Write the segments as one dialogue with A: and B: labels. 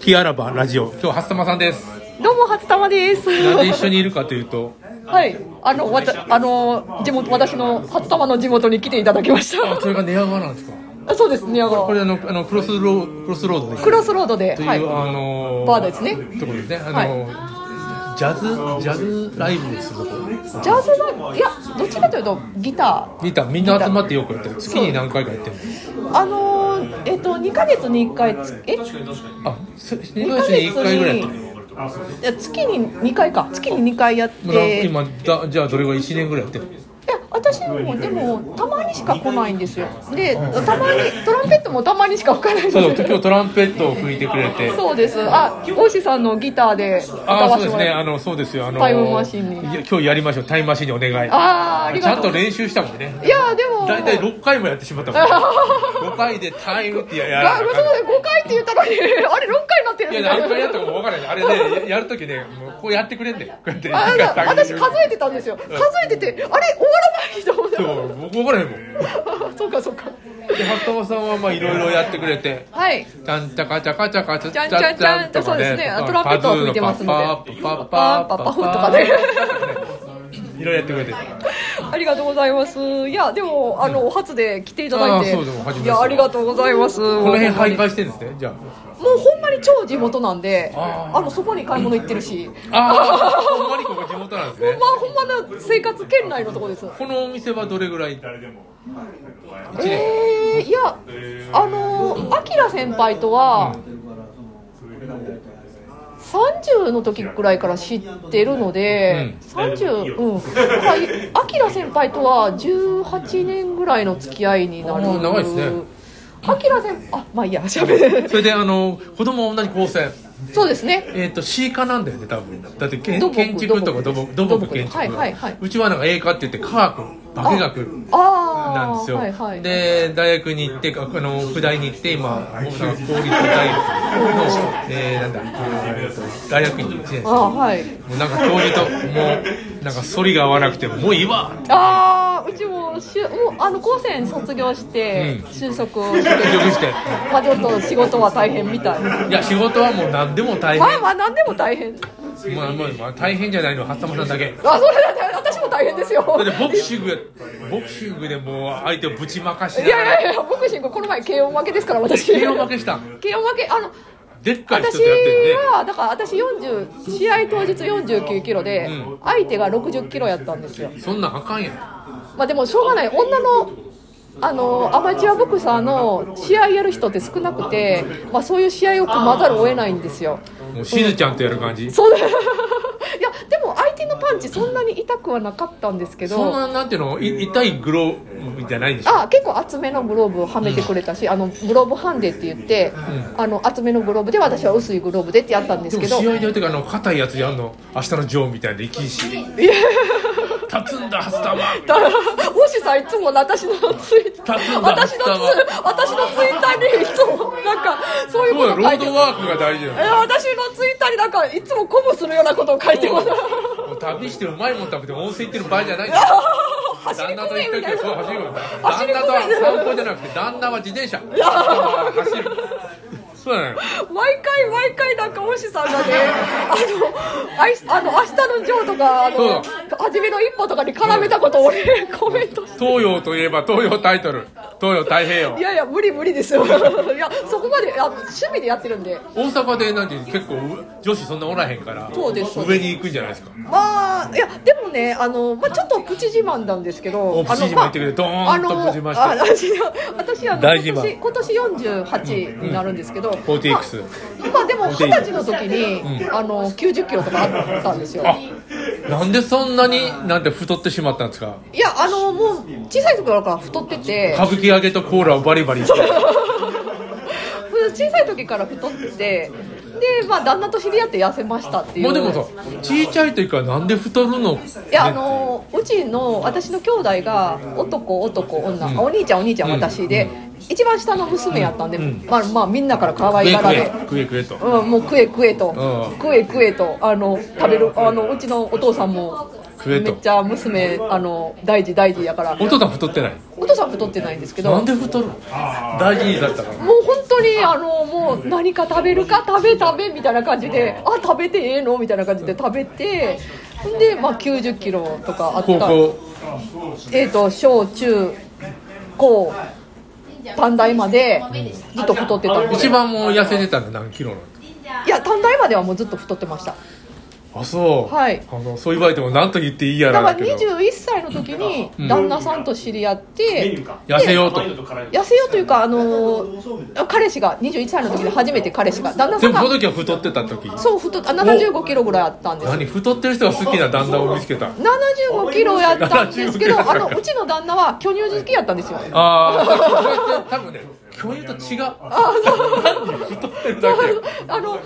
A: きあらばラジオ今日初玉さんです
B: どうも初玉です。
A: なぜ一緒にいるかというと
B: はい、あの、わた、あの、地元、私の初玉の地元に来ていただきまし
A: あそれが寝屋川なんですか
B: た。 そうですね、あ
A: こ
B: の、
A: れあのあのクロスロークロスロードで
B: クロスロードで、
A: という、
B: はい、
A: あの
B: バーですね
A: ところですねあの、ジャズジャズライブをするとこ
B: ジャズの、いや、どっちかというと、ギタ
A: 見たみんな集まってよくやってる月に何回かやってる
B: ー。あの、えっと、二ヶ月に一回つ、え、
A: あそ年
B: 二ヶ月
A: に1回ぐらいやってる
B: に。いや月に二回か、月に二回やって。
A: もうな今だじゃあどれが1年ぐらいやってる
B: いや私もでもたまにしか来ないんですよでたまにトランペットもたまにしか吹かないんです
A: そう
B: よ
A: 今日トランペットを吹いてくれ て
B: そうですあ大石さんのギターで歌
A: ああ
B: わ
A: そうで
B: せて
A: す
B: も
A: ね
B: ら
A: あ
B: って
A: のそうですよあの
B: タイムマシンに
A: いや今日やりましょうタイムマシンにお願い
B: ああーあり
A: ちゃん
B: がと
A: と
B: う
A: 練習したもんね
B: いやでも
A: 大体
B: が
A: 6回もやってしまったから5回でタイムってやや
B: ごめんなさい5回って言ったのに あれ6回になってる
A: い
B: み
A: や
B: たい
A: 何回やっ
B: な
A: たかも分からないあれねやるときねもうこうやってくれんだよこうやって一
B: あ
A: 回
B: だ
A: 下げ
B: 私
A: て
B: 数えてたんですよ数えててあれ終わらないと思って
A: そう僕分からへんもんで
B: そうかそうか
A: 初玉さんはまあいろいろやってくれて
B: はい
A: ちゃんちゃかちゃかちゃかちゃ
B: ちゃんちゃんちゃんとそうですねトランペットを吹いてますので
A: パッ
B: パ
A: パッパ
B: ーパッ
A: ッ
B: パ
A: パ
B: フ
A: フ
B: と
A: と
B: か
A: か
B: で
A: ねいろいろやってくれて
B: ありがとうございますいやでもあのお初で来ていただいて
A: あーそうでも初めてです
B: いやありがとうございますこ
A: この辺徘徊してるんですねじゃ
B: もうほんまに超地元なんであ
A: あ
B: のそこに買い物行ってるし
A: あああほんまにここ地元なんです
B: ほん
A: ね
B: まほんまの生活圏内のとこです
A: このお店はどれぐらい誰でも1年
B: えー、いやあのあきら先輩とは、30の時くらいから知ってるので、30うんだからあきら先輩とは18年ぐらいの付き合いにな
A: あ
B: る
A: ー長いですね
B: あきら先あまあいいやしゃべる
A: それであの子供は同じ高専
B: そうですね
A: えっ、と C 科なんだよね多分だってけ
B: 土
A: ん
B: 木
A: 建築とか
B: 土
A: 土
B: 木
A: 木土木
B: 土木
A: 建築、
B: はいはいはいう
A: ちはなんか A 科って言って科学化学
B: ああ
A: なんですよ、
B: はいはい、
A: で大学に行ってあの副大に行って今なんか公立大学の、えー、なんだえーと大学院に1年生
B: あ
A: も
B: ーはいう
A: なんか教授ともうなんか反りが合わなくてもういいわって
B: ああうちもしゅもうあの高専卒業して
A: うん
B: 就職をして、
A: 結局して
B: まあちょっと仕事は大変みたい
A: いや仕事はもう何でも大変
B: 前は何でも大変
A: まあまあまあ大変じゃないのは初玉さんだけ
B: あそれだって私も大変ですよ
A: だってボクシングボクシングでもう相手をぶちまかし
B: い
A: な
B: や
A: が
B: い
A: ら
B: やいやボクシングこの前 KO 負けですから私
A: 慶応負けしたん
B: KO 負けあの
A: でっかい人
B: 私
A: とやってるね
B: はだから私40試合当日49キロで、
A: う
B: 相手が60キロやったんですよ
A: そんなんあかんやん
B: まあでもしょうがない女のあのアマチュアボクサーの試合やる人って少なくて、まあ、そういう試合を組まざるを得ないんですよ
A: もうしずちゃんとやる感じ、
B: そう いやでも相手のパンチそんなに痛くはなかったんですけ
A: そん
B: ど
A: ななんていうのい痛いグローブじゃないでしょ
B: あ結構厚めのグローブをはめてくれたし、あのグローブハンデって言って、あの厚めのグローブで私は薄いグローブでってやったんです
A: でも
B: けど
A: 試合でやるときあの硬いやつやんの明日のジョーみたいで生きし立つんだ初玉
B: だからもしさんいつも私のツイッタ
A: 立つ
B: ー
A: んだ
B: 私のツイ
A: 下は
B: 私のツイッターにいつもなんかそういう
A: そう
B: こ
A: や
B: と
A: ロ
B: 書い
A: ー
B: て
A: ドワークが大事
B: え
A: だよ
B: 私のツイッターになんかいつも鼓舞するようなことを書いてます
A: もう旅してうまいもん食べて温泉行ってる場合じゃない
B: 走り
A: 旦那と
B: 込め
A: 行っ
B: み
A: とき
B: たい
A: は
B: な
A: そう走るよ旦
B: 走り
A: 那
B: 込め
A: とは散歩じゃなくて旦那は自転車走るそうだね
B: 毎回毎回なんかおしさんがねあのあいあの明日のジョーとかあの
A: そ
B: 初めの一歩とかに絡めたことを俺 コメントして
A: 東洋といえば東洋タイトル東洋太平洋
B: いやいや無理無理ですよ いやそこまでいや趣味でやってるんで
A: 大阪でなんていうの結構う女子そんなおらへんから
B: そうですそうで
A: 上に行くんじゃないですか
B: まあいやでもねあの、まあ、ちょっとプチ自慢なんですけど
A: おプチ自慢言ってくれ
B: あのまあ
A: ドーンとプチ自慢して
B: あのあ私は私は
A: 大
B: 今
A: 自
B: 年
A: 慢
B: 今年48になるんですけど、
A: 40X
B: まあ、まあでも二十歳の時に、あの90キロとかあったんですよ
A: あなんでそんなになんて太ってしまったんですか
B: いやあのもう小さい頃から太ってて
A: 歌舞伎揚げとコーラをバリバリって
B: 小さい時から太っててでまあ旦那と知り合って痩せましたっていう
A: もうでもさ小さい時からなんで太るの
B: いやあのうちの私の兄弟が男男女、あお兄ちゃんお兄ちゃん私で、一番下の娘やったんで、まあまあみんなから可
A: 食
B: 愛
A: え
B: がら
A: 食
B: れ
A: え食え食えと
B: うん、もう食え食えと、
A: うん
B: 食え食えとあの食べるあのうちのお父さんも
A: 食
B: め
A: えと
B: っちゃ娘あの大事大事やから
A: お父さん太ってない
B: お父さん太ってないんですけど
A: なん
B: もう
A: で太るの大事にされたから
B: 本当当にあのもう何か食べるか食べ食べみたいな感じであ食べてええのみたいな感じで食べてで、まあ、9 0キロとかあっ
A: 高
B: た
A: 校
B: えー、と小中高短大までずっと太ってたんで
A: 一番もう痩せてたの何キロなの
B: いや短大まではもうずっと太ってました
A: あそう、
B: はい
A: あのそう言われても何と言っていいや
B: だ
A: ら
B: から
A: だけど
B: 21歳の時に
A: うん
B: 旦那さんと知り合って
A: 痩せようと
B: 痩せようというかあのー彼氏が21歳の時に初めて彼氏が旦那
A: で
B: さん
A: もその
B: が
A: 時は太ってた時
B: そう太っあ75キロぐらいあったんです
A: 何太ってる人が好きな旦那を見つけた
B: 75キロやったんですけど
A: 75キ
B: あ
A: ロ
B: のうちの旦那は巨乳好きやったんですよ
A: ああ多分ね 教諭と違う太ってるだ
B: あのま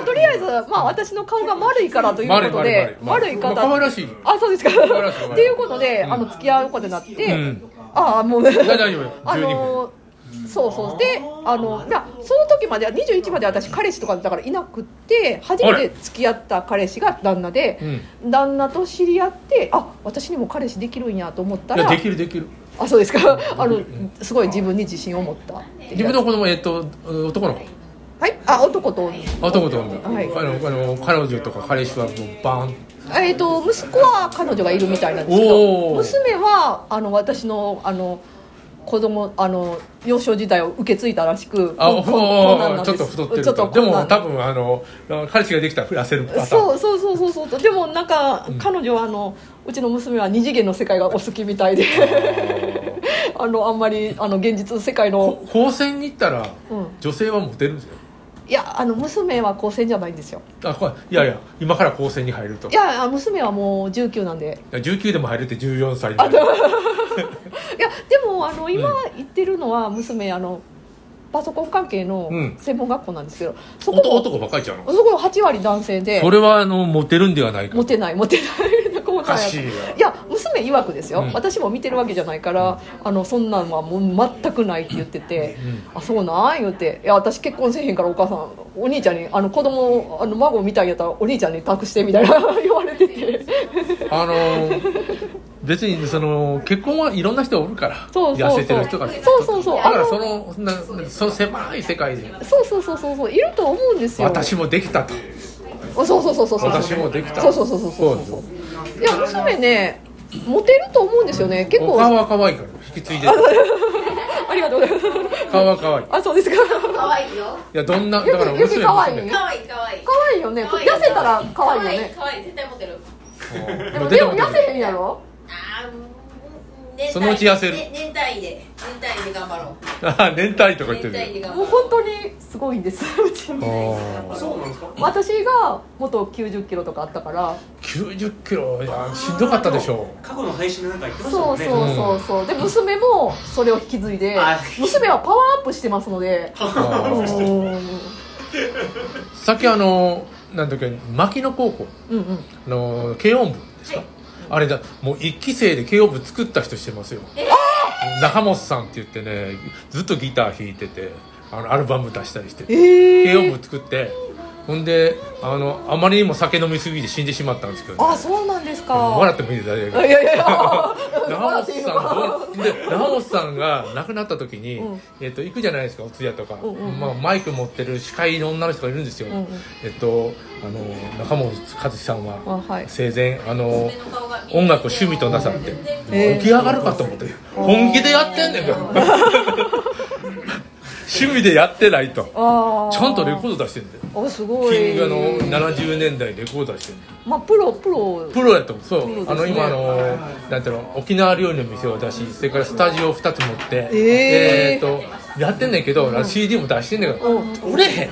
B: あとりあえず、まあ、私の顔が丸いからと
A: け
B: いう
A: 丸い
B: こと
A: 丸い丸い
B: で丸い
A: まあ可愛
B: 方
A: らしい
B: あそうですか
A: わらしい
B: っていうことで、あの付き合うことになって、ああもう大
A: 大丈夫
B: あのそうそうであのいやその時までは21まで私彼氏とかだからいなくって初めて付き合った彼氏が旦那で、旦那と知り合ってあ私にも彼氏できるんやと思った
A: いや
B: ら
A: できるできる
B: あそうですかあのすごい自分に自信を持ったっていう
A: 自分の子供えっと男の子
B: はいあ男と
A: 男と女、
B: はい
A: あのあの彼女とか彼氏はもうバーン
B: えー、と息子は彼女がいるみたいなんですけ
A: お
B: ど
A: ー
B: 娘はあの私のあの子供あの幼少時代を受け継いだらしく
A: あ
B: こ
A: お
B: んこんなんな
A: お
B: ん
A: ち
B: で
A: ょっ
B: す
A: と太ってる
B: ちょっと
A: とで
B: こんな
A: も
B: ん
A: 多分あの彼氏ができたら痩せるパターン
B: そうそうそうそうそうでもなんか、彼女はあのうちの娘は二次元の世界がお好きみたいで あのあんまりあの現実世界の
A: こ高専に行ったら、
B: うん
A: 女性はモテるんですよ
B: いやあの娘は高専じゃないんですよ
A: あこいやいや今から高専に入ると
B: いやあ娘はもう19なんで
A: 19でも入るって14歳になる
B: いやでもあの今言ってるのは娘あのパソコン関係の
A: うん
B: 専門学校なんですけど、そ
A: 男
B: こ
A: 男ばっかりちゃうの
B: もそこも8割男性で
A: それはあのモテるんではないか
B: モテないモテない お
A: おかしいない
B: や娘曰くですよ、
A: うん
B: 私も見てるわけじゃないからあのそんなんはもう全くないって言ってて「あそうなん?」言って「いや私結婚せえへんからお母さんお兄ちゃんにあの子供あの孫みたいやったらお兄ちゃんに託して」みたいな 言われてて
A: あのー別にその結婚はいろんな人おるから
B: そうそうそう
A: 痩せてる人が
B: そうそうそう
A: だからそのそんなその狭い世界で
B: そうそうそうそうそういると思うんですよ
A: 私もできたと
B: そうそうそうそうそう
A: 私もできた
B: そうそうそうそうそう
A: そうそう
B: いや娘ねモテると思うんですよね結
A: お
B: 構
A: 顔
B: あ
A: は可愛いから引き継いでる
B: りがとうご ざいます
A: 顔は可愛いい
B: あそうですか
C: 可愛いよ。
A: やどんなだから
B: よく
A: 娘
B: 可愛い
A: 娘
C: 可愛い可愛い。
B: 可愛いよね痩せたら可愛いよね
C: 可愛い絶対モテる。
B: で
A: も
B: も
A: う出て
B: で
A: も
B: も
A: 出ても
B: 痩せへんやろ
C: ああ、うん
A: そのうち痩せる
C: ね年単位で年単位で頑張ろ
A: あ年単位とか
C: う。
A: 言って
C: 年単位で
A: る
C: 頑
B: もう
C: 張ろう。
B: 本当にすごいんですうち
A: あー
B: 私が元90キロとかあったから
A: 90キロいやしんどかったでしょ
D: 過去の配信の中言ってました
B: そ
D: も
B: うんそ
D: ね
B: うそうそうで娘もそれを引き継いで
D: あ
B: 娘はパワーアップしてますので
A: あーさっきあのなんだっけ牧野高校
B: うんうん
A: あの軽音部ですか、あれだもう一期生で軽音部作った人してますよ、中本さんって言ってねずっとギター弾いててあのアルバム出したりしてて、
B: ええ
A: 軽音部作ってほんであのあまりにも酒飲みすぎて死んでしまったんですけど、
B: あそうなんですか
A: 笑ってもいいです大丈
B: いやいやいや
A: 長
B: 笑
A: 本
B: っていい
A: さ
B: の
A: ん
B: か
A: どうで長本さんが亡くなった時に、
B: うん
A: えっと行くじゃないですかお通夜とか、
B: うんうんうん
A: まあ、マイク持ってる司会の女の人がいるんですよ、
B: うんうん
A: えっとあの中本和志さんは
B: あはい
A: 生前あの
C: 娘の顔が見えて
A: 音楽を趣味となさって
C: 全然
B: えー
A: 起き上がるかと思って本気でやってんねんから趣味でやってないと
B: あー
A: ちゃんとレコード出してんだよ
B: あすごい
A: キングあの70年代レコード出してんだよ
B: まあプロプロ
A: プロやと思うそう、
B: プロですね
A: あの今あのなんていうの沖縄料理の店を出しそれからスタジオを2つ持って
B: えー
A: ーとやってんねんけど、CD も出してんねんけど、
B: うん
A: 売れへん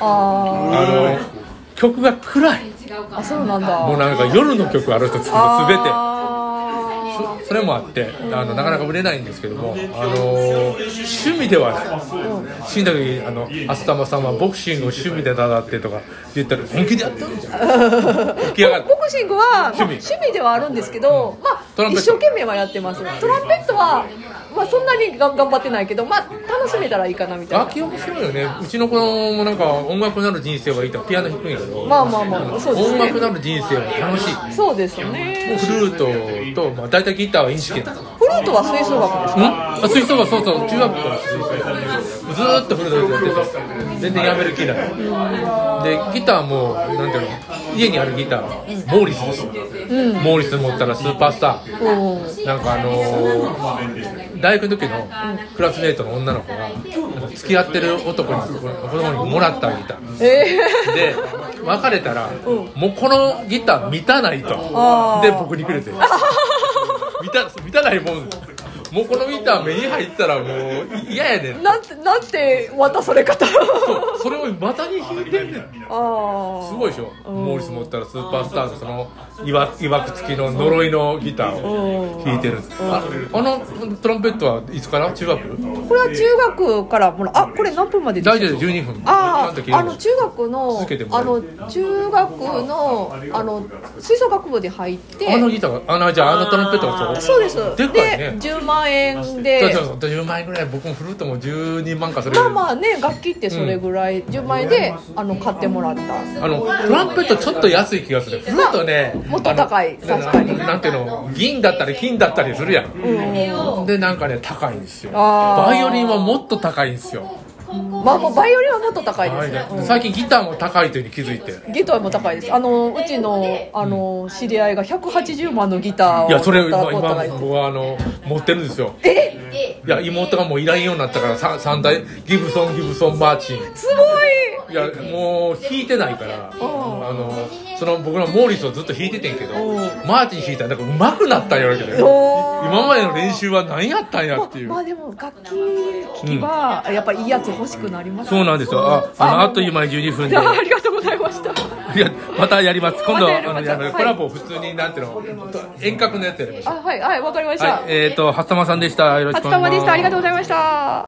B: あ
A: あの曲が暗い
B: ーあそうなんだ
A: もうなんか夜の曲ある人作る全て
B: あ
A: それもあってあのなかなか売れないんですけども、あの趣味ではない死んだ時あの浅玉さんはボクシングを趣味でだだってとか言ったら本気でやってる じゃん起き上がって
B: ボクシングは、まあ、
A: 趣味
B: 趣味ではあるんですけど、ま
A: トラ
B: あ
A: ンペット
B: 一生懸命はやってますトランペットはまあ、そんなにが頑張ってないけど、まあ、楽しめたらいいかなみたいな
A: 楽器面白いよねうちの子もなんか音楽なる人生はいいとピアノ弾くんやけど、
B: まあまあまあそうです
A: 音
B: ね
A: 楽なる人生は楽しい
B: そうです
A: もう
B: ね
A: フルートと、まあ、大体ギターはインチキやん
B: フルートは吹奏楽ですか
A: あ吹奏楽そうそう中学校から吹奏楽ずーっとフルートやってて全然やめる気ないでギターもなんていうの家にあるギターモーリスですよ、モーリス持ったらスーパースター
B: うん
A: なんかあのー大学の時のクラスメートの女の子がなんか付き合ってる男にこの子供にもらったギター
B: え
A: で別れたら、もうこのギター満たないと
B: あー
A: で僕にくれて満た満たないもんもうこのギター目に入ったらもう嫌やね
B: ー、
A: ん
B: なんてなんて渡され方
A: そうそれをまたに弾いてんねん
B: ああ
A: すごいでしょモーリス持ったらスーパースターのそのいわいわく付きの呪いのギターを弾いてるんですああのトランペットはいつから中学
B: これは中学からもらあこれ何分までで
A: 大
B: し
A: 丈
B: た
A: 夫12分
B: あ
A: ちゃんと切れ
B: あ
A: る
B: あの中学の
A: 続けてもら
B: あ
A: える
B: の中学のあの吹奏楽部で入って
A: あのギターがあのじゃああのトランペットがそう
B: そうです
A: でかいね
B: で10万円
A: そう
B: で
A: そうそう10万円ぐらい僕もフルートも12万かそれぐ
B: ま
A: らい
B: あまあね楽器ってそれぐらい10万円であの買ってもらった
A: あのトランペットちょっと安い気がするフルートね
B: もっと高い
A: あの
B: 確かに
A: ななんていうの銀だったり金だったりするやん、
C: あれを
A: でなんかね高いんですよ
B: あー
A: バイオリンはもっと高いんですよ
B: まあもうバイオリンはもっと高い
A: は
B: ですね、
A: い最近ギターも高いというのに気づいて
B: ギターも高いですあのうちのあの知り合いが180万のギターを
A: いやそれ
B: 買った
A: 今
B: 子がい
A: 今
B: て
A: 僕はあの持ってるんですよ
B: え
C: で
A: いや妹がもういらんようになったから 3, 三代ギブソンギブソンマーチン
B: すご
A: いやもう弾いてないからあのその僕らモーリスをずっと弾いててんけどマーチン弾いたらなんか上手くなったんやろうけ
B: い
A: ど
B: おー
A: 今までの練習は何やったんやっていう
B: まあでも楽器聞きはやっぱいいやつ欲しくなりますね
A: そうなんですよああのあっという間に12分
B: い
A: で
B: や ありがとうございました
A: いやまたやります今
B: ま
A: 度
B: た
A: あ
B: やる
A: の
B: また
A: やる
B: はい
A: コラボを普通になんていうの遠隔のやつやりましょう
B: あはいはいわかりました、
A: はいえっ、ー、と初玉さんでしたよろしく
B: 初
A: お願いします
B: 玉でしたありがとうございました